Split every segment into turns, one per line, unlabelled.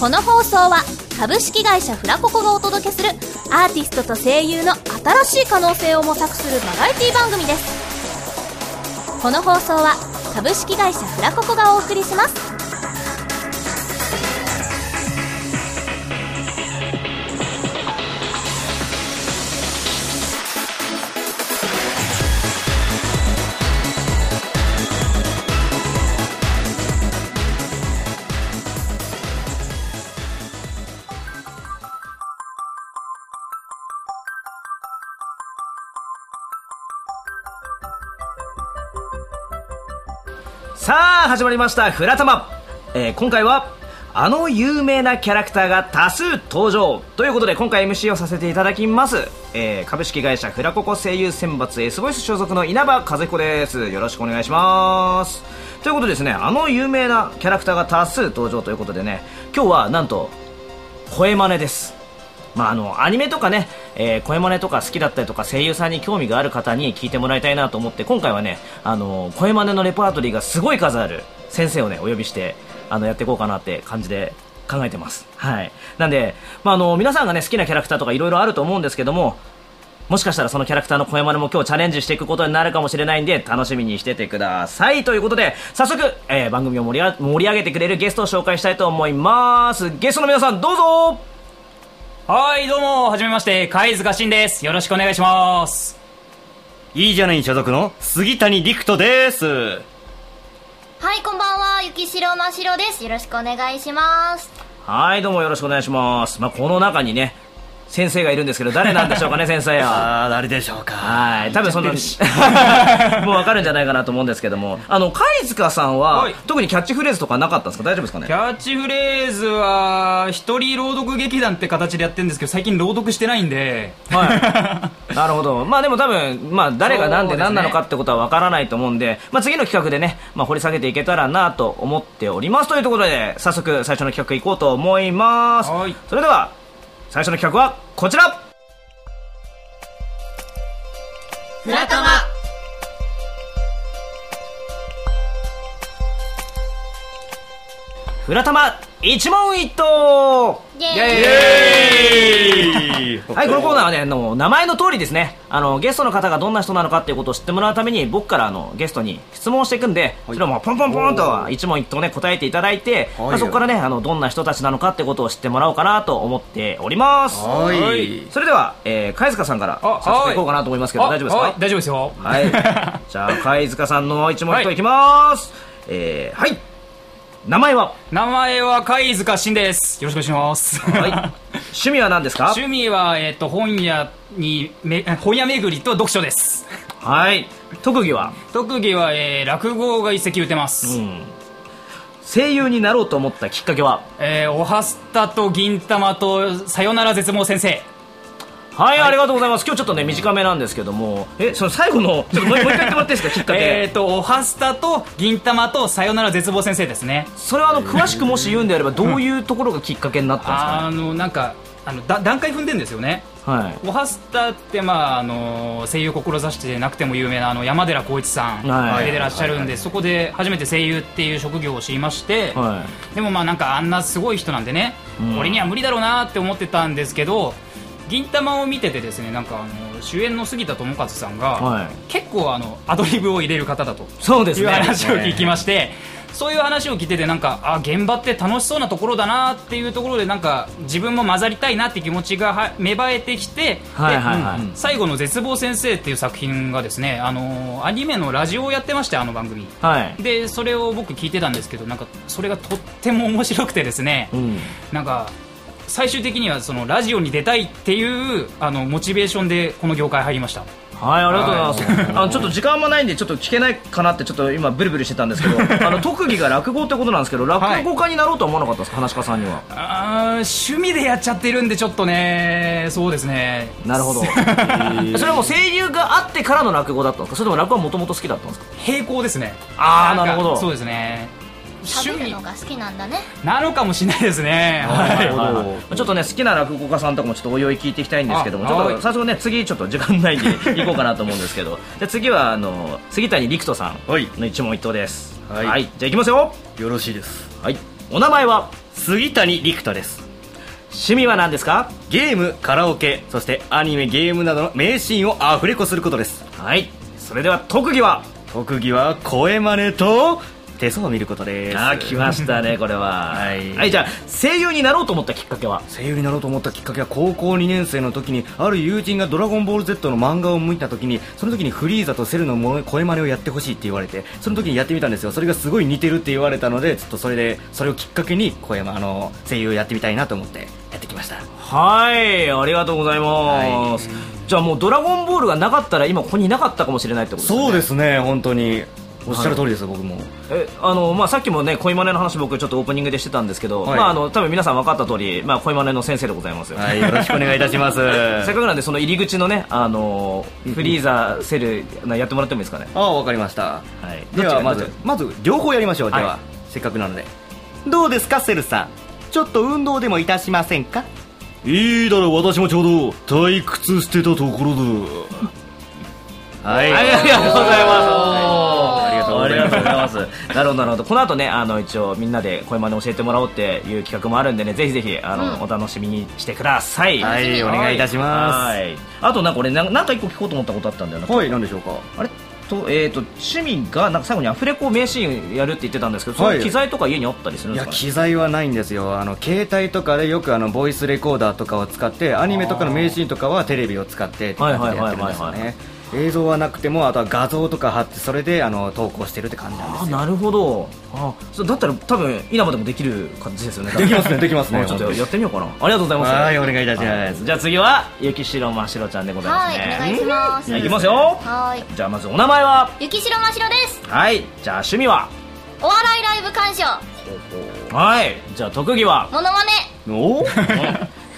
この放送は株式会社フラココがお届けするアーティストと声優の新しい可能性を模索するバラエティ番組ですこの放送は株式会社フラココがお送りします
さあ始まりました「フラタマ」えー今回はあの有名なキャラクターが多数登場ということで今回 MC をさせていただきます、えー株式会社フラココ声優選抜 S ボイス所属の稲葉和彦ですよろしくお願いしますということでですねあの有名なキャラクターが多数登場ということでね今日はなんと声真似ですまあ、あのアニメとかね、えー声真似とか好きだったりとか声優さんに興味がある方に聞いてもらいたいなと思って今回はね、あの声真似のレパートリーがすごい数ある先生をねお呼びしてあのやっていこうかなって感じで考えてますはいなんで、まあ、あの皆さんがね好きなキャラクターとかいろいろあると思うんですけどももしかしたらそのキャラクターの声真似も今日チャレンジしていくことになるかもしれないんで楽しみにしててくださいということで早速、えー番組を盛りあ盛り上げてくれるゲストを紹介したいと思いますゲストの皆さんどうぞ
はい、どうも、はじめまして、貝塚信です。よろしくお願いします。
いいじゃない所属の杉谷陸斗です。
はい、こんばんは。ゆきしろましろです。よろしくお願いします。
はい、どうもよろしくお願いします。まあ、この中にね、先生がいるんですけど、誰なんでしょう かね、先生は。
ああ、誰でしょうか。
はい、多分そんな、も うわかるんじゃないかなと思うんですけども、あの、貝塚さんは、
はい
特にキャッチフレーズとかなかったんですか大丈夫ですか
キ
ね
ャッチフレーズは、一人朗読劇団って形でやってるんですけど、最近朗読してないんで、
はい。 なるほど。まあでも多分、まあ誰がなんで何なのかってことはわからないと思うんで、まあ次の企画でね、まあ掘り下げていけたらなと思っております。というところで、早速最初の企画いこうと思います。
はい
それでは、最初の企画はこちら
フラタマ。
フラタマ一問一答
イェーイ。
はい、このコーナーはね、あの名前の通りですねあの、ゲストの方がどんな人なのかっていうことを知ってもらうために、僕からあのゲストに質問をしていくんで、それをもうポンポンポンと一問一答ね、答えていただいて、
はい
まあ、そこからねあの、どんな人たちなのかってことを知ってもらおうかなと思っております。
はい。
それでは、えー、貝塚さんから
あ
早
は
速
い
いこうかなと思いますけど、大丈夫です
あはい
か
大丈夫ですよ。
はい。 じゃあ、貝塚さんの一問一答いきます。えー、はい。名前は
名前は貝塚信です。よろしくお願いします。
はい。趣味は何ですか
趣味は、えっ、と、本屋に、め本屋巡りと読書です。
はい。特技は
特技は、えー落語が一席打てます。
声優になろうと思ったきっかけは
えーおはスタと銀玉と、さよなら絶望先生。
はい、ありがとうございます今日ちょっとね短めなんですけどもえその最後のちょっともうもう一回言ってもらっていいですか きっかけ、
えっ、と、おはスタと銀玉と、さよなら絶望先生ですね。
それはあの詳しくもし言うんであればどういうところがきっかけになったん
あのなんかあのだ段階踏んでんですよね
ですかねはい
オハスタって、まあ、あの声優志してなくても有名なあの山寺宏一さん
はい
出てらっしゃるんでそこで初めて声優っていう職業を知りまして、
は
でもまあなんかあんなすごい人なんでね、俺には無理だろうなって思ってたんですけど銀玉を見ててですねなんかあの主演の杉田智和さんが、
はい
結構あのアドリブを入れる方だと
そうです
いう
ね
話を聞きまして、そういう話を聞いててなんかあ現場って楽しそうなところだなっていうところでなんか自分も混ざりたいなって気持ちがは芽生えてきて、
はいはいはい
でうんうん最後の「絶望先生」っていう作品がですねあのーアニメのラジオをやってましてあの番組
はい
でそれを僕聞いてたんですけどなんかそれがとっても面白くてですね、
うん
なんか最終的にはそのラジオに出たいっていうあのモチベーションでこの業界入りました
はい、ありがとうござい ます。あの、ちょっと時間もないんで、ちょっと聞けないかなって、ちょっと今ブルブルしてたんです けど。あの、特技が落語ってことなんですけど、落語家になろうとは思わなかったですか、話し家さんには。
あー趣味でやっちゃってるんでちょっとねそうですね
なるほど。それはもう声優があってからの落語だったんですか、それとも落語はもともと好きだったんですか。
平行ですね
あー
んか
なるほど
そうですね趣
食べる
味
のが好きなんだね。
なのかもしれないですねはい
ちょっとね好きな落語家さんとかもちょっとおいおい聞いていきたいんですけども
あ
ちょっ
は
と
い
早速ね次ちょっと時間内に行こうかなと思うんですけ どじゃあ次はあの杉谷陸斗さん
はい
の一問一答です
はい
はいじゃあ行きますよ
よろしいです。
はいお名前は
杉谷陸斗です
趣味は何ですか
ゲームカラオケそしてアニメゲームなどの名シーンをアフレコすることです
はいそれでは特技は
特技は声真似と手相を見ることです
あー来ましたね これは
はい
じゃあ声優になろうと思ったきっかけは
声優になろうと思ったきっかけは高校2年生の時にある友人が「ドラゴンボール Z」の漫画を向いた時にその時にフリーザとセルのもの声真似をやってほしいって言われてその時にやってみたんですよそれがすごい似てるって言われたのでちょっとそれでそれをきっかけに声あの声優をやってみたいなと思ってやってきました
はいありがとうございます、じゃあもう「ドラゴンボール」がなかったら今ここにいなかったかもしれないってことですね
そうですね本当におっしゃる通りですよ、僕も
えあのまあ、さっきもね恋マネの話僕ちょっとオープニングでしてたんですけど、
はい
まあ、あの多分皆さん分かった通り、まあ、恋マネの先生でございますよ、
はいよろしくお願いいたします
せっかくなんでその入り口のね、あのフリーザセルなやってもらってもいいですかね
ああわかりました、
はいど
で
っ
は
ちがど
ま
っ
ず
ちが
まず両方やりましょうでは、
は
せっかくなのでどうですかセルさんちょっと運動でもいたしませんかいいだろ私もちょうど退屈してたところだ はい
はいありがとうござい
ありがとう
ますあ
ご
り
ざ
が
いま
と
す
うございますなるほどなるほどこの後ねあの一応みんなで恋マネ教えてもらおうっていう企画もあるんでねぜひぜひあの、お楽しみにしてください
はいお願いいたします
はいあとなんか俺ななんか一個聞こうと思ったことあったんだよな
はい何でしょうか
あれと,、えー、と趣味がなんか最後にアフレコ名シーンやるって言ってたんですけど、
はい
その機材とか家にあったりするん
い
で
や
すか、ね、
機材はないんですよあの携帯とかでよくあのボイスレコーダーとかを使ってアニメとかの名シーンとかはテレビを使ってって感じでやってるんですよ
はいはいはいはいはい
ね映像はなくてもあとは画像とか貼ってそれであの投稿してるって感じなんで
あ
す
ー
よ
なるほどあーそうだったら多分稲葉でもできる感じですよね
できますねできますね
もうちょっとやってみようかなありがとうございます
はいお願いいたします
はいじゃあ次はゆきしろましろちゃんでございますね
はいお願いします
うんじゃあいきますよ
はーい
じゃあまずお名前は
雪城真城です
はいじゃあ趣味は
お笑いライブ鑑賞
はいじゃあ特技は
モノマネ
お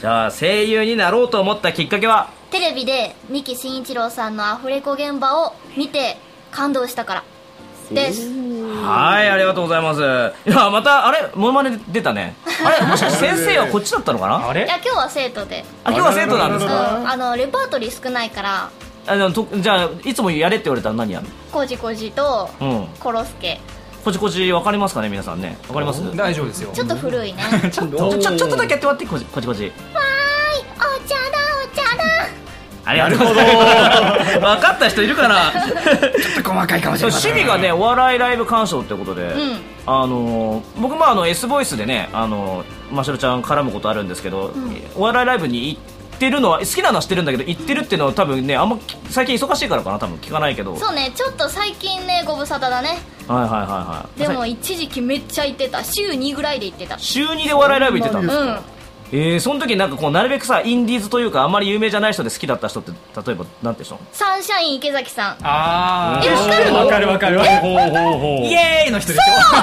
じゃあ声優になろうと思ったきっかけは
テレビで二木真一郎さんのアフレコ現場を見て感動したからです
はい、ありがとうございます。いや、また、あれ、モノマネ出たね。あれ、もしかして先生はこっちだったのかな。
あ
あ、
い
れ
や今日は生徒で、
今日は生徒なんです
うん、
か。
あのレパートリー少ないから
あの、と、じゃあ、いつもやれって言われたら、何やる
コジコジと
の。うん。
コロスケ
こちこち、わかりますかね、皆さんね。わかります。ち
大丈夫ですよ
ちょっと古いね
ょっと、ちょ、ちょっとだけやってもらって、こちこちこち。
はいお茶だお茶だ
ありがとうございます。 わかった人いるかな。
細かいかもし
そ
れ
う
ま
趣
せん
味がねお笑いライブ鑑賞ってことで、
ん
あのー僕もあの S ボイスでねあのーましろちゃん絡むことあるんですけど、お笑いライブに行ってるのは好きなのは知ってるんだけど行ってるっていうのは多分ねあんまき最近忙しいからかな多分聞かないけどはい
そうねちょっと最近ねご無沙汰だね
はいはいはい
でも
さ
一時期めっちゃ行ってた週2ぐらいで行ってた
週2でお笑いライブ行ってたん
う
で
ん
すえー、その時なんかこうなるべくさインディーズというかあんまり有名じゃない人で好きだった人って例えばなんて人
サンシャイン池崎さん
あ
えわかるの
わかるわかるわかるほうほう
ー
ほう
イエーイの人でしょ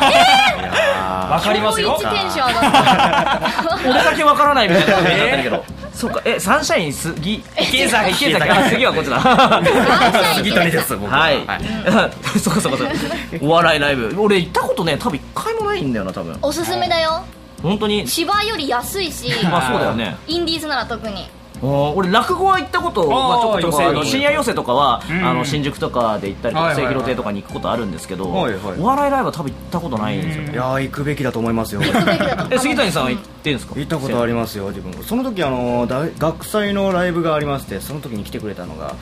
わかりますよ
ここ一テンション上がった
俺だけわからないみたいな感じだったけど そうかえサンシャイン杉池崎池崎あ次はこっち だ
サンシャイン
杉
池崎
谷
さん
です僕
はい
は、
そうかそうかそうかお笑いライブ俺行ったことね多分一回もないんだよな多分
おすすめだよ
本当に
芝より安いし
まあそうだよね
インディーズなら特に
あー俺落語は行ったこと
あー
まあ、ちょこちょこ
寄席
あの深夜寄席とかは、
ん
あの新宿とかで行ったりとか
はいは
清
いはい
広亭とかに行くことあるんですけど、
はいはい
お笑いライブは多分行ったことないんですよね
いやー行くべきだと思います よ
行くべきだと思う
え杉谷さんは行ってんですか
行ったことありますよ自分もその時あの大学祭のライブがありましてその時に来てくれたのが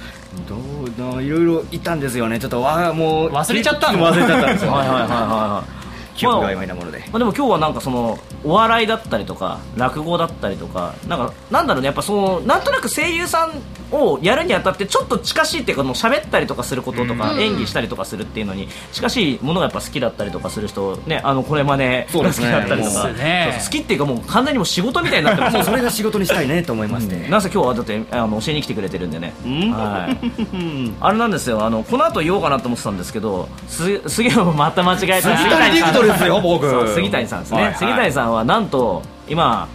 どうどういろいろいたんですよねちょっとわもう
忘れちゃったの
忘れちゃったんです よ
はいはいはいはいはい
記憶が曖昧なもので
まあ、でも今日はなんかそのお笑いだったりとか落語だったりとかなんかなんだろうねやっぱそのなんとなく声優さんをやるにあたってちょっと近しいっていうかもう喋ったりとかすることとか演技したりとかするっていうのに近しいものがやっぱ好きだったりとかする人ねあのこれまね
そう
が好
で
き
すね
だったりと
も
か
う
そう
ね
好きっていうかもう完全にもう仕事みたいになってます
もうそれが仕事にしたいねと思いまして、
なぜ今日はだってあの教えに来てくれてるんでね、 はい、あれなんですよあのこの後言おうかなと思ってたんですけどす杉山もまた間違えた
杉谷陸斗ですよ僕
そう杉谷さんですね、
はいはい
杉谷さんはなんと今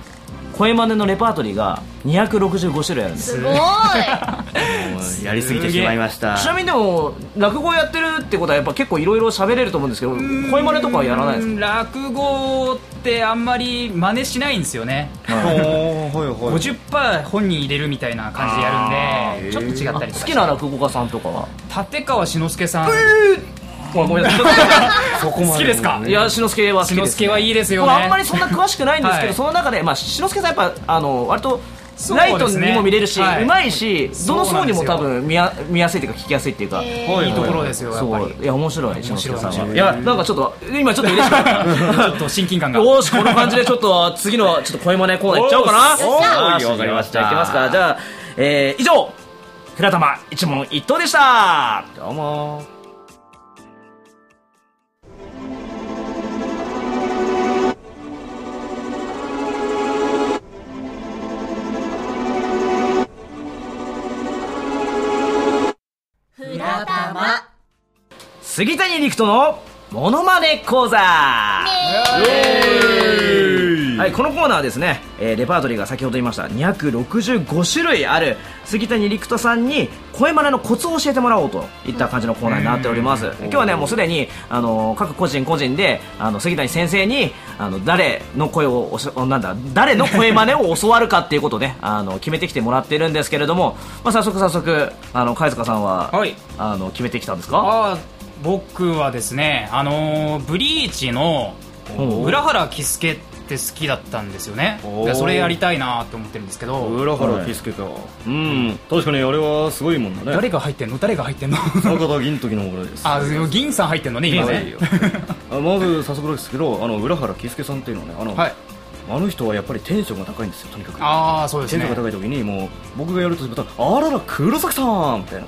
声真似のレパートリーが265種類あるんです
す ごい
もうやりすぎてしまいました
ちなみにでも落語やってるってことはやっぱ結構いろいろ喋れると思うんですけど声真似とかはやらないです
う
か
ん落語ってあんまり真似しないんですよね
おーはいはい
50%本人入れるみたいな感じでやるんでちょっと違ったりとか
好きな落語家さんとかは
立川志の輔さん
ごめんごめん なさいちょっ
そこまで
好きですか
といや志の輔は好き
篠
で
の
す
すけはいいですよね
僕あんまりそんな詳しくないんですけど、
はい
その中で、まあ、篠介さんやっぱあの割と
そう
ライ
で
ト
す
に
ね
も見れるし、
はいう
まいしどの層にも
そうな
多
んですよ
分見や見やすいというか聞きやすいっていうか、
いいところですよやっぱり
そういや面白い
白
篠
い
介さん
面白
はいいやなんかちょっと今ちょっと嬉し かった
ちょっと親近感が
よーしこの感じでちょっと次のちょっと声真似コーナーいっちゃおうか
おー
な
よっしゃわかりました
じゃあいきますかじゃあ、えー以上倉玉一問一答でした
どうも
ふらたま
杉谷陸斗のモノマネ講座はい、このコーナーはですね、えーレパートリーが先ほど言いました265種類ある杉谷陸斗さんに声真似のコツを教えてもらおうといった感じのコーナーになっております今日はねもうすでにあの各個人個人であの杉谷先生にあの誰の声をおしなんだ誰の声真似を教わるかっていうことをね あの決めてきてもらってるんですけれども、まあ、早速早速あの貝塚さんは、
はい
あの決めてきたんですか
あー僕はですねあのーブリーチの
お
浦原喜助って好きだったんですよね
おー
でそれやりたいなと思ってるんですけど
浦
原
原
喜
喜助か、うん確かにあれはすごいもんだね
誰が入ってんの誰が入ってんの
坂田銀時の頃です
あ銀さん入ってんのね今
はい
ね
あまず早速ですけどあの浦原喜助さんっていうのはねあの,、
はい
あの人はやっぱりテンションが高いんですよとにかく
ああそうです
テンシ
ね
ョンが高い時にもう僕がやるとするとあらら黒崎さんみたいな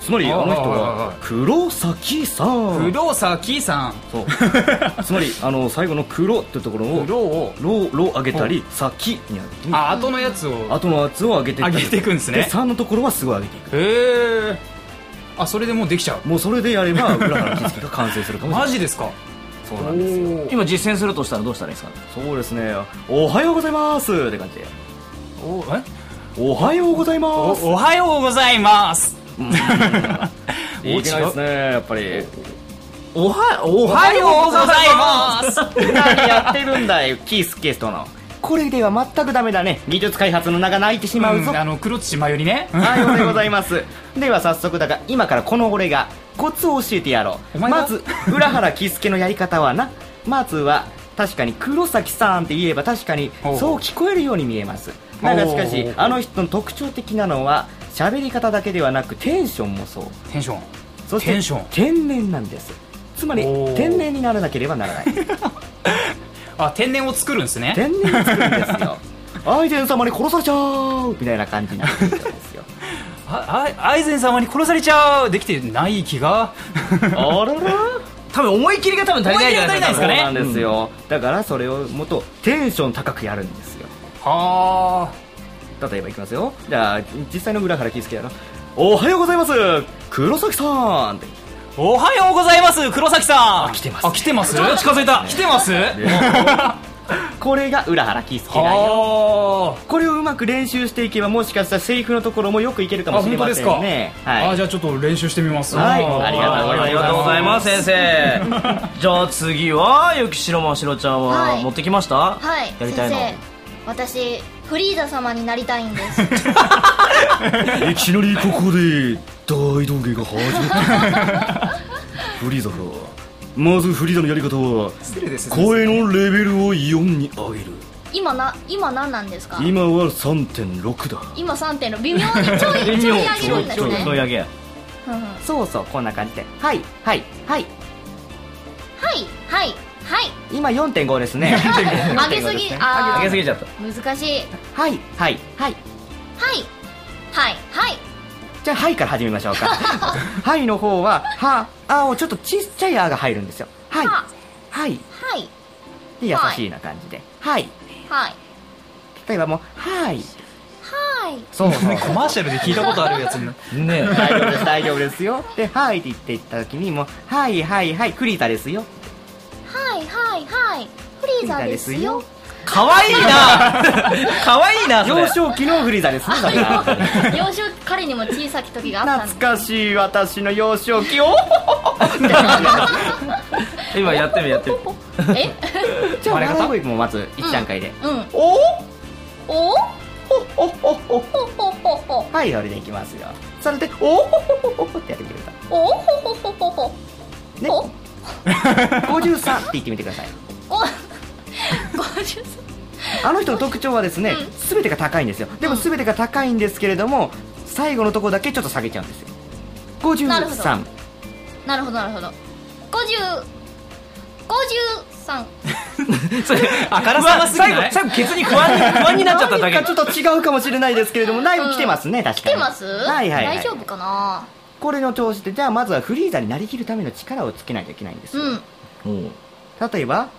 つまりあの人
あーはいはいは
はい黒崎さん
黒崎さん
そう つまりあの最後の黒っていうところを
黒を
ロロ上げたり先に上げて
あ後のやつを
後の圧を上げてったり
上げていくんですね
で3のところはすごい上げていく
へえあそれでもうできちゃう
もうそれでやれば浦原喜助が完成するかもしれ
マ
ない
ジですか
そうなんですよ
今実践するとしたらどうしたらいいですか
そうですねおはようございますって感じで
おえ
おはようございます
おおはようございます
いけないですねやっぱり
おはおはようございます
す
何やってるんだよキースケストのこれでは全くダメだね技術開発の名が泣いてしまうぞ、
あの黒土まよりね
おはようでございますでは早速だが今からこの俺がコツを教えてやろ
お
う
前が
まず浦原喜助のやり方はなまずは確かに黒崎さんって言えば確かに
ほう
そう聞こえるように見えますだがしか
ほう
しあの人の特徴的なのは喋り方だけではなくテンションもそう
テンション
そして
テンション
天然なんですつまり
おー
天然にならなければならない
あ天然を作るんですね
天然を作るんです よアイゼン様に殺されちゃうみたいな感じになってるんです よ
ああアイゼン様に殺されちゃうできてない気が
あらら
多分思い切りが多分足りないじゃないです
思い切りが足りないです
か
か
そう
ね
なんですよ、だからそれをもっとテンション高くやるんですよ
は
例えばいきますよじゃあ実際の浦原喜介やろおはようございます黒崎さんっ
あ
て
おはようございます黒崎さん
来てますね
あ来てます近づいた来てます
これが浦原喜介なんよ
は
これをうまく練習していけばもしかしたらセリフのところもよくいけるかもしれません
あ本当
ね
あ、
はい
あじゃあちょっと練習してみます
はい
あー
ありがとうございます
ありがとうございます先生じゃあ次はゆきしろましろちゃん
は
はい持ってきました
はい
やり
先
たいの
生私フリーザ様になりたいんです
いきなりここで大道芸が始まったフリーザがまずフリーザのやり方は
失礼です
声のレベルを4に上げる
今な今何なんですか
今は3.6だ
今3.6微妙にち ょいちょい上げるんで
ち
す
ょっ
ね
とやげ
うんうんは
そうそうこんな感じではいはいはい
いはいはい
今4.5ですね
上げすぎあ
上
ー
げすぎちゃった
難しい
はいはいはい
はいはいはい
じゃあ「はい」から始めましょ うか「はい」の方は「は」「あ」をちょっとちっちゃい「あ」が入るんですよ「はい」
は
「はい
はい」
で優しいな感じで「はい」
はい
例えばもう「はい」
はい
そうそう
コマーシャルで聞いたことあるやつに
ね
大丈夫です大丈夫ですよで「はい」って言っていった時にもう「はいはいはい栗田ですよ
はいはいはいフリーザです
フリ
よ
ーザですよ
かわ いいなかわいいな」それ
幼少期の栗田ですねだか ら
幼少彼にも小さき時があったん
懐
で
かしい私の幼少期を
今やってみやってみ
え
じゃあ
あれが
笑い声もまず1段階で「
うん
お
お
おおおおお
ほほほほ
はい、それでいきますよ。それで、おおほほほほってやってくれた。
おほほほほほ
ね
お
53って言ってみてください
お53
あの人の特徴はですね、全てが高いんですよでも全てが高いんですけれども最後のとこだけちょっと下げちゃうんですよ
なるほど
53
なるほどなるほど5053
それあから
う
さ
わ
ま最後最後ケツに不安に不安になっちゃっただけ
何かちょっと違うかもしれないですけれども内部来てますね、
来
確かに
てます、
はいはい、はい、
大丈夫かな
これの調子でじゃあまずはフリーザになりきるための力をつけないといけないんですよ、
うん
うん
例えば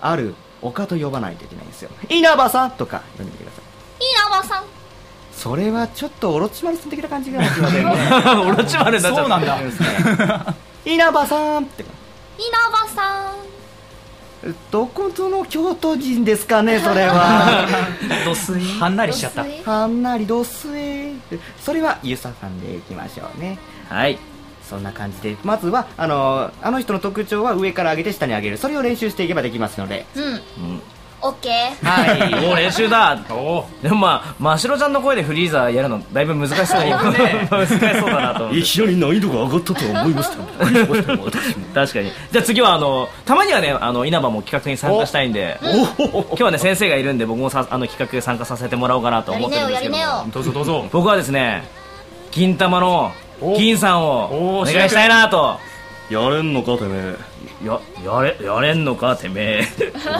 ある丘と呼ばないといけないんですよ稲葉さんとか呼んでみてください
いいなおばさん
それはちょっとオロチマルさん的な感じがしま せんね
オロチマルになっちゃった
そうなんだ
稲葉さんって
いいなおばさん
どこぞの京都人ですかねそれ は
ドスイ
はんなりしちゃった
どうする
はんなりどすえそれはゆささんでいきましょうね
はい
そんな感じでまずはあのあの人の特徴は上から上げて下に上げるそれを練習していけばできますので
うん
うん
オッケー
はい
もう練習だ
おー
でもまあ真白ちゃんの声でフリーザーやるのだいぶ難しそうだ 難しそうだなと思って
非常に難易度が上がったと思いましたびっくりしました私も
確かにじゃあ次はあのたまにはねあの稲葉も企画に参加したいんで今日はね先生がいるんで僕もさあの企画参加させてもらおうかなと思ってるんですけども
やりなよやりなよ
どうぞどうぞ
僕はですね銀玉の
お
銀さんを
お
お願いしたいなと
やれんのかてめえ
ややれやれんのかてめえ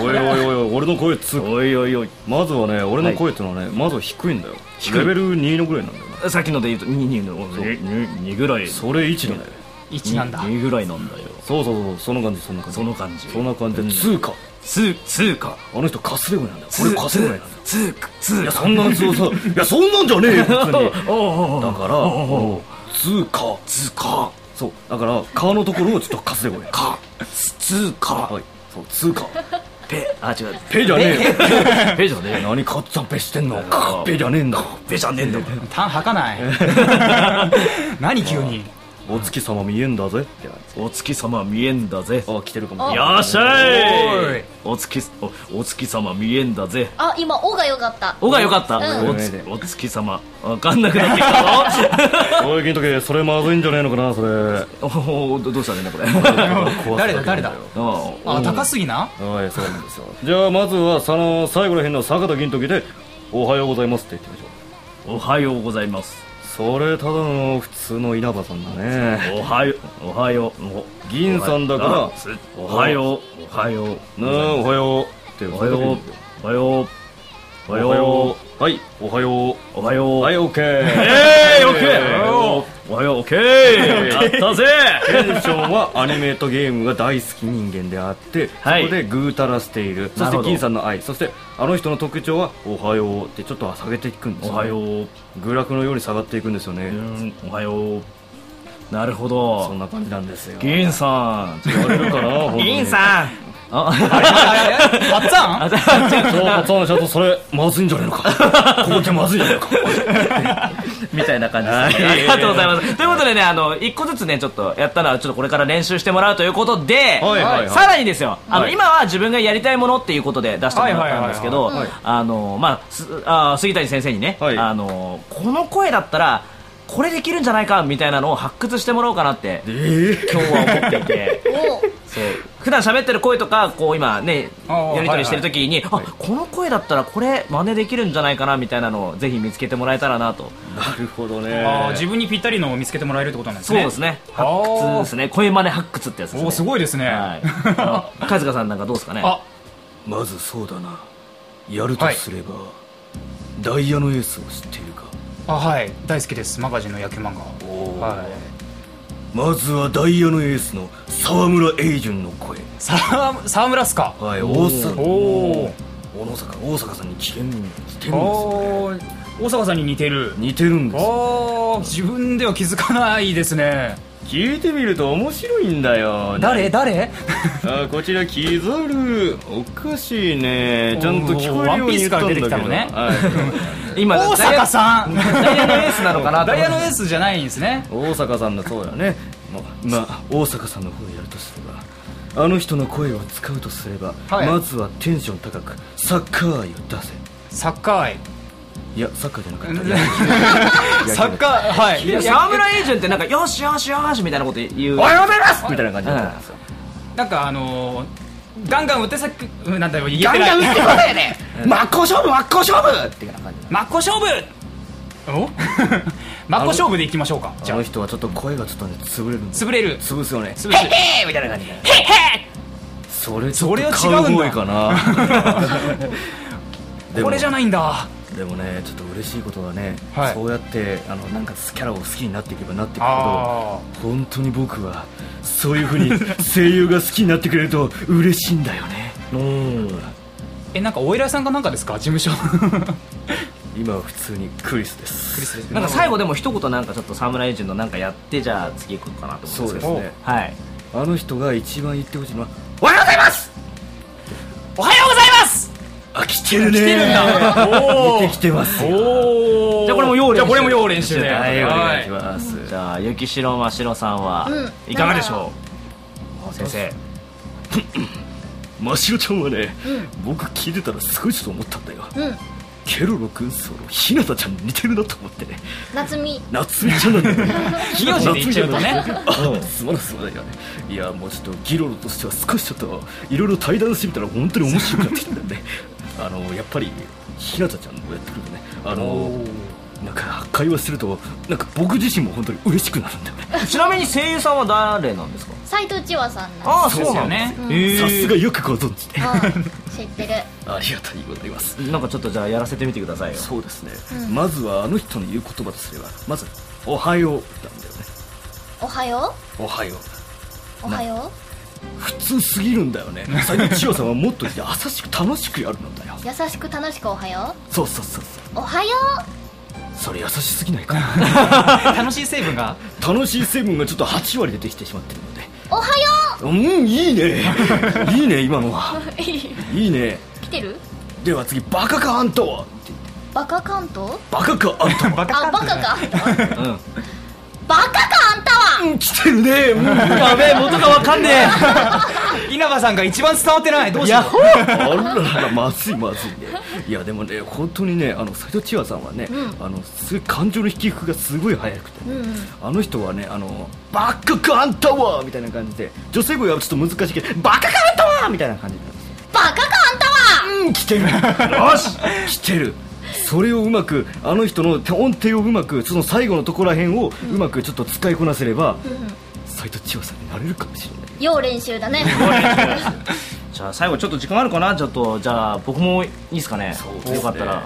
おいおいおいおい俺の声つ
おいおいおい
まずはね俺
の
声ってのはねまずは低いんだよ
いレベ
ル2のぐらいなんだよ
さっきので言うと2の2ぐらい
それ1なんだよ
1なんだ
2ぐらいなんだよ
そうそうそうそんな感じそんな感じ
その感じ
そんな感じ
うん
で通貨
つ通貨
あの人カスレゴなんだよ俺カスレゴなんだよ
通貨通
いや
貨
そんなん そうそういやそんなんじゃねえよ普通に
おお
だからもう通貨
通貨
そうだからカのところをちょっとカスレゴや
か通貨
はいそう通貨
ペあ違う
ペじゃねえよ
ペじゃねえ
何カッツァンペしてんの
あ
ペじゃねえんだ
ペじゃねえんだか
タン吐かない何急に
お月様見えんだぜって感
らお月様見えんだぜ
じあ来てるかも
あ
い
よ
や
っしゃ
お
い
い
お月おお月様見えんだぜ
あ今「お」が良かった
おがよかった、
うん
おつお月様わかんなくなってきたぞ
おい銀時それまずいんじゃねえのかなそれ
おおどどうしたらいいんだこれ
誰だ誰だ
あ
あ高すぎな
はいそうなんですよじゃあまずはその最後の辺の坂田銀時で「おはようございます」って言ってみましょ
おはようございます
うそれただの普通の稲葉さんだね
おはようおはようお
銀さんだから
あすおはようおはよう
なあおはようって
おはようおはようおは
おはよ
よ
うはいおはよ
うおはよ
う
う
はいオッケー
えー、オッケーおはようオッ ケーやったぜ
テンションはアニメとゲームが大好き人間であって、
はい
そこでぐうたらしているそ
なる
して
ほど
銀さんの愛そしてあの人の特徴は「おはよう」ってちょっとは下げていくんです
お
よ、
はよう
グラフのように下がっていくんですよね、
うんおはようなるほ
そん
ど
な感じなんですよ
銀さん
言われ るか な本当に
さん あ
あっつぁん
そうパターンしたとそれまずいんじゃないのか ここじゃまずいんじゃないのか
みたいな感じですねありがとうございますということでねあの一個ずつねちょっとやったのはちょっとこれから練習してもらうということで
はいはいはい
さらにですよあの今は自分がやりたいものっていうことで出してもらったんですけど
はいはいはいはい
あのまあすあ杉谷先生にね
はい
あのこの声だったらこれできるんじゃないかみたいなのを発掘してもらおうかなって今日は思っていて
お
そう普段喋ってる声とかこう今ね
ああ
やり取りしてる時に、あこの声だったらこれ真似できるんじゃないかなみたいなのをぜひ見つけてもらえたらなと
なるほ
あ
ど
ー
ね
自分にぴったりのを見つけてもらえるってことなんです
そう
ね
ですね発
あー
掘ですね声真似発掘ってやつですね
おーすごいですね、
はいあの和香さんなんかどうですかね
あ
まずそうだなやるとすれば、ダイヤのエースを知っているか
あはい大好きですマガジンの野球漫画
おー
はい
まずはダイヤのエースの沢村栄順の声
沢沢村っすか
はい大阪
おー
大阪大阪さんに聞けん聞けるんですよ
おー大阪さんに似てる
似てるんですよ
あー自分では気づかないですね
聞いてみると面白いんだよ
誰誰
あこちらキザルおかしいねちゃんと聞こえるように言ったんだけど
おーワンピースから出てきたのね
はい
今
大阪さん
ダイヤのエースなのかなと
ダ
思
イ
っ
ヤ
て
のエースじゃないんですね
大阪さんのそうだねままあ大阪さんの方をやるとすればあの人の声を使うとすれば、
はい
まずはテンション高くサッカー愛を出せ
サッカー愛
いやサッカーじゃなかった
うん
いや野球
サッカーはい
いや沢村英順ってなんかよしよしよしみたいなこと言う
おはようございますみたいな感じだったんですよ
なんかあのー、ガンガン打てさくうんなんだよ言えて
ガ
な
ン
い
ガン打ってこいよね真っ向勝負真っ向勝負っていうような感じ
真っ向勝負お 真っ向勝負でいきましょうかじ
じ
ゃあ
ゃあの人はちょっと声がちょっとね潰れるんです
潰れる
潰すよね
潰れる
えーみたいな感じで
へっへ
それ
それは違うんだ
カウボーイかな
っこれじゃ
な
ないんだ
でもねちょっと嬉しいことはね、
はい
そうやってあのなんかキャラを好きになっていけばなっていくほ
あ
ど本当に僕はそういうふうに 声優が好きになってくれると嬉しいんだよねうん
ーえなんかお偉いさんかなんかですか事務所
今は普通にクリスです
なんか最後でも一言なんかちょっと沢村英順のなんかやってじゃあ次行くかなと思うんですけど
そうですね
はい
あの人が一番言ってほしいのは
おはようございます
おはようございます
あ来てるね
来てるん だお
見てきてますよ
おー
じゃあこれも要練習
じゃあこれも要練習で
はいお願いし
は
ます、
じゃあ雪城真城さんは
うん
いかがでしょう、先生
真白ちゃんはね、僕聞いてたらすごいと思ったんだよ
うん
ケロロ軍曹のひなたちゃんに似てるなと思ってね
夏美
夏美ちゃんなんだよね
ひよじで言っちゃう とね
あすまないすまないよねいやもうちょっとギロロとしては少しちょっといろいろ対談してみたら本当に面白くなってきたんだよねあのやっぱりひなたちゃんをやってくるとねあのなんか会話するとなんか僕自身も本当に嬉しくなるんだよね
ちなみに声優さんは誰なんですか
斎藤千和さんな
ああ
そう
そ
で
うな
すよ
んです
ね
ね
さすがよくご存知で
うん知ってる
ありがたいございます
なんかちょっとじゃあやらせてみてくださいよ
そうですね、まずはあの人の言う言葉とすればまず「おはよう」なんだよね
おはよ
「おはよう
うおはよ」
普通すぎるんだよね最近千代さんはもっと優しく楽しくやるんだよ
う優しく楽しくおはよ
そうそうそうそう
うおはよ
それ優しすぎないか
楽しい成分が
楽しい成分がちょっと8割出てきてしまってるので
うおはよ
うんいいねいいね今のは
う来
いいね
てる
では次バカかあんたはって言って
バカ関東
バカかあんたは
バカ
あバカか
うん
バカかあんたは
うん来てるねうん
やべえ元がわかんねえ
稲葉さんが一番伝わってないどうしよ
ヤ
う
ホ
あららまずいまずいねいやでもね本当にねあの斉藤千和さんはね、あのすごい感情の引き伏がすごい早くて、
うん
あの人はねあのバカかあんたはみたいな感じで女性声はちょっと難しいけどバカかあんたはみたいな感じなんですよ
バカかあんたは
うん来てるよし来てるそれをうまくあの人の音程をうまくその最後のところらへんをうまくちょっと使いこなせれば、斉藤千和さんになれるかもしれない
要練習だね
じゃあ最後ちょっと時間あるかなちょっとじゃあ僕もいいですかね
そうですね
よかったら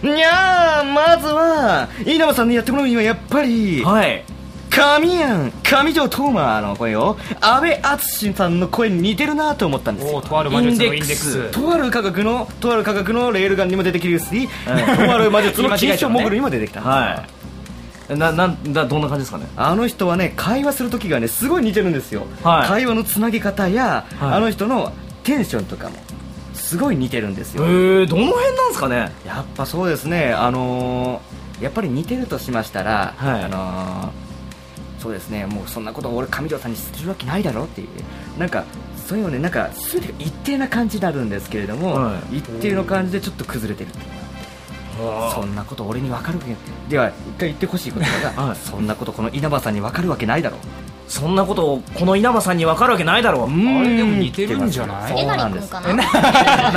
にゃーまずは稲葉さんにやってもらうにはやっぱり
はい
神やん上条トーマーの声を阿部淳さんの声に似てるなと思ったんです
お
よ
ーとある魔術のイン
イン
デ
デッ
ッ
ク
クス
ス
とある科学のとある科学のレールガンにも出てきるし、とある魔術の金賞モグルにも出てきたんですよ
はいななんだどんな感じですかね
あの人はね会話する時がねすごい似てるんですよ、
はい
会話のつなげ方や、
はい
あの人のテンションとかもすごい似てるんです
え
よ、
ー、どの辺なんですかね
やっぱそうですねあのーやっぱり似てるとしましたら、
はい
あのーそうですねもうそんなこと俺上条さんにするわけないだろっていうなんかそういうのねなんか全てが一定な感じになるんですけれども、
は
一定の感じでちょっと崩れてるっていうそんなこと俺に分かるわけでは一回言ってほしいことが、
はい
そんなことこの稲葉さんに分かるわけないだろ
そんなことをこの稲葉さんに分かるわけないだろう
あれでも似てるんじゃな い
え
そう
な
な
りく
んで
ん
す
かな
そんな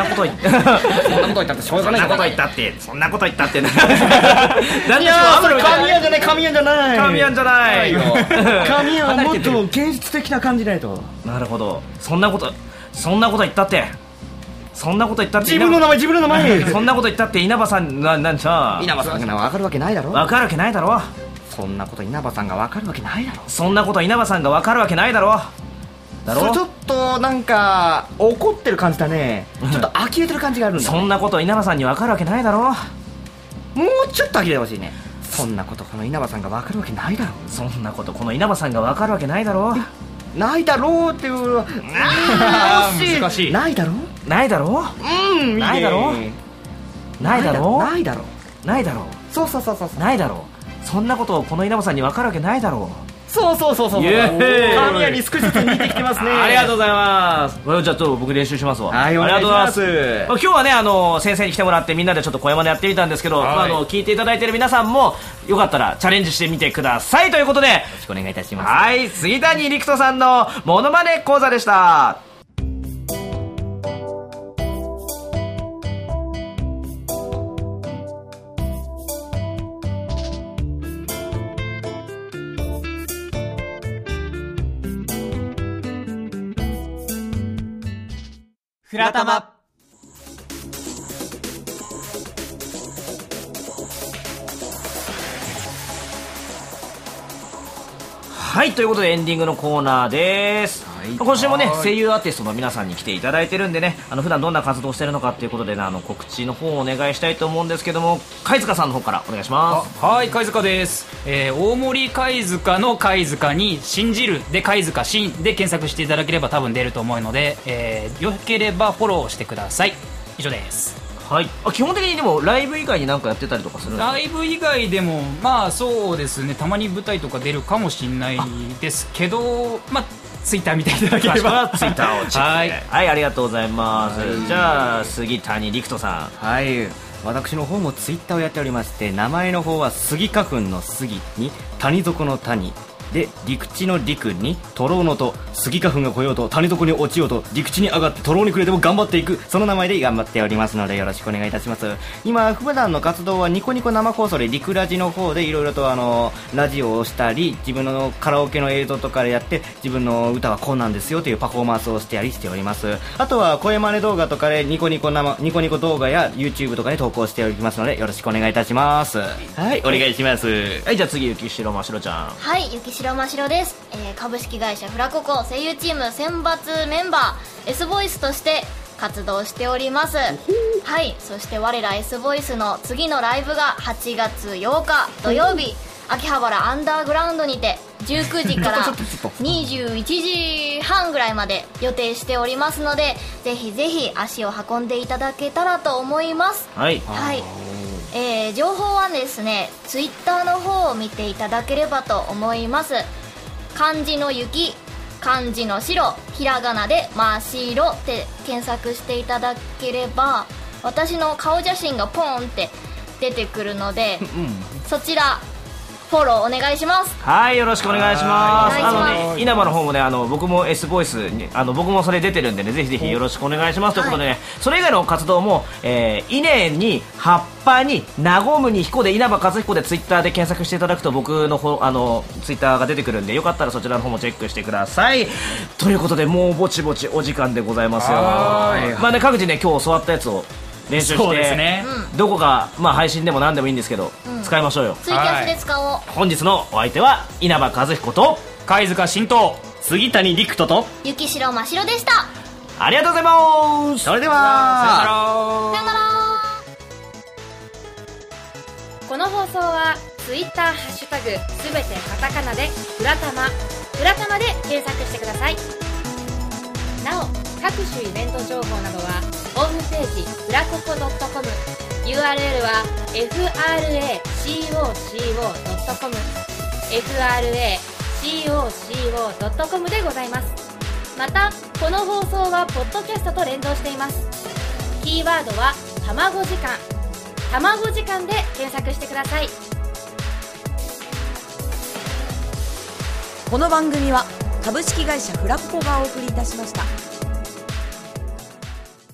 こと言っ てそ
そんなこと言ったってしょうが
ん
ない
な
じ
こと
ゃない
言ったってそんなこと言った って何でしょうあんまり
神谷じゃない神谷じゃない
神谷じゃない
神谷はもっと現実的な感じないと
なるほどそんなことそんなこと言ったってそんなこと言ったって
自分の名前自分の名前
そんなこと言ったって稲葉さんななんちゃ
稲葉さんが分かるわけないだろ
分かるわけないだろ
そんなこと稲葉さんが分かるわけないだろ
そんなこと稲葉さんが分かるわけないだろだ
それちょ
ろ
っとなんか怒ってる感じだねちょっと呆れてる感じがあるんだ
そんなこと稲葉さんに分かるわけないだろ
もうちょっと呆れてほしいねそんなことこの稲葉さんが分かるわけないだろ
そんなことこの稲葉さんが分かるわけないだろ
ないだろうっていうのは
あ
惜
ー難しい
ないだろう
ないだろ
うんいいね
ないだろないだろ
ないだろう
ないだろ
そうそうそうそうそう
ないだろそんなことをこの稲葉さんに分かるわけないだろう
そうそうそうそう
イ
そう
エーイ
神谷に少しずつ似てきてますね
ありがとうございます。これをじゃあちょっと僕練習しますわ。
はいお
あり
願
が
い
と
し
うございま
ます
す。まあ今日はね、あの、先生に来てもらってみんなでちょっと声真似やってみたんですけど、
はい
まああの、聞いていただいてる皆さんも、よかったらチャレンジしてみてくださいということで、
よろしくお願いいたします
はい、杉谷陸斗さんのモノマネ講座でした。
フラタマ
はい、ということでエンディングのコーナーです。
はい
今週もね
は、い
声優アーティストの皆さんに来ていただいてるんでね、あの、普段どんな活動をしてるのかっていうことでね、あの、告知の方をお願いしたいと思うんですけども、貝塚さんの方からお願いしま
あ
す。
はい貝塚です、えー大森貝塚の貝塚に「信じる」で貝塚「信」で検索していただければ多分出ると思うので、えーよければフォローしてください以上です
はい。あ基本的にでも、ライブ以外になんかやってたりとかするんですか
ライブ以外でもまあそうですねたまに舞台とか出るかもしれないですけどまあツイッター見ていただけ
詳
れ
しくは
ば
ツイッターをチェッ
は
ク
い
してはい、ありがとうございます、じゃあ杉谷陸斗さ
はい私の方もツイッターをやっておりまして名前の方は杉花粉の杉に谷底の谷で陸地の陸にトロのと杉花粉が来ようと谷底に落ちようと陸地に上がってトロにくれても頑張っていくその名前で頑張っておりますのでよろしくお願いいたします今普段の活動はニコニコ生放送で陸ラジの方でいろいろとあのラジオをしたり自分のカラオケの映像とかでやって自分の歌はこうなんですよというパフォーマンスをしてやりしておりますあとは声真似動画とかでニコニコ生ニコニコ動画や YouTube とかで投稿しておりますのでよろしくお願いいたしますはいお願いします
んはいじゃあ次雪城真白ちゃん
はい、雪城真白です、えー株式会社フラココ声優チーム選抜メンバー S ボイスとして活動しておりますはい、そして我ら S ボイスの次のライブが8月8日土曜日秋葉原アンダーグラウンドにて19時から21時半ぐらいまで予定しておりますのでぜひぜひ足を運んでいただけたらと思います
はい
はい、えー情報はですねツイッターの方を見ていただければと思います漢字の雪漢字の白ひらがなで「真っ白」って検索していただければ私の顔写真がポンって出てくるので、そちらフォローお願いします
はいよろしくお願いします
はいお願いし
あ
ます
のね稲葉の方もねあの僕も S ボイスにあの僕もそれ出てるんでねぜひぜひよろしくお願いしますということでね、それ以外の活動も、えー、稲に葉っぱになごむに彦で稲葉和彦でツイッターで検索していただくと僕の方あのツイッターが出てくるんでよかったらそちらの方もチェックしてくださいということでもうぼちぼちお時間でございますよ
は
まあね各自ね今日教わったやつを練習して
そうですね、
どこか、まあ、配信でも何でもいいんですけど、使いましょうよ
ツイキャスで使おう、
本日のお相手は稲葉和彦と
貝塚新党
杉谷陸斗と
雪白真白でした
ありがとうございます
それでは
さよなら
この放送はツイッターハッシュタグすべてカタカナで「フラタマ」「フラタマ」で検索してくださいなお各種イベント情報などはホームページフラココ .comURL は fracoco.com fracoco.com でございますまたこの放送はポッドキャストと連動していますキーワードは「卵時間」卵時間で検索してください
この番組は株式会社フラッポがお送りいたしました。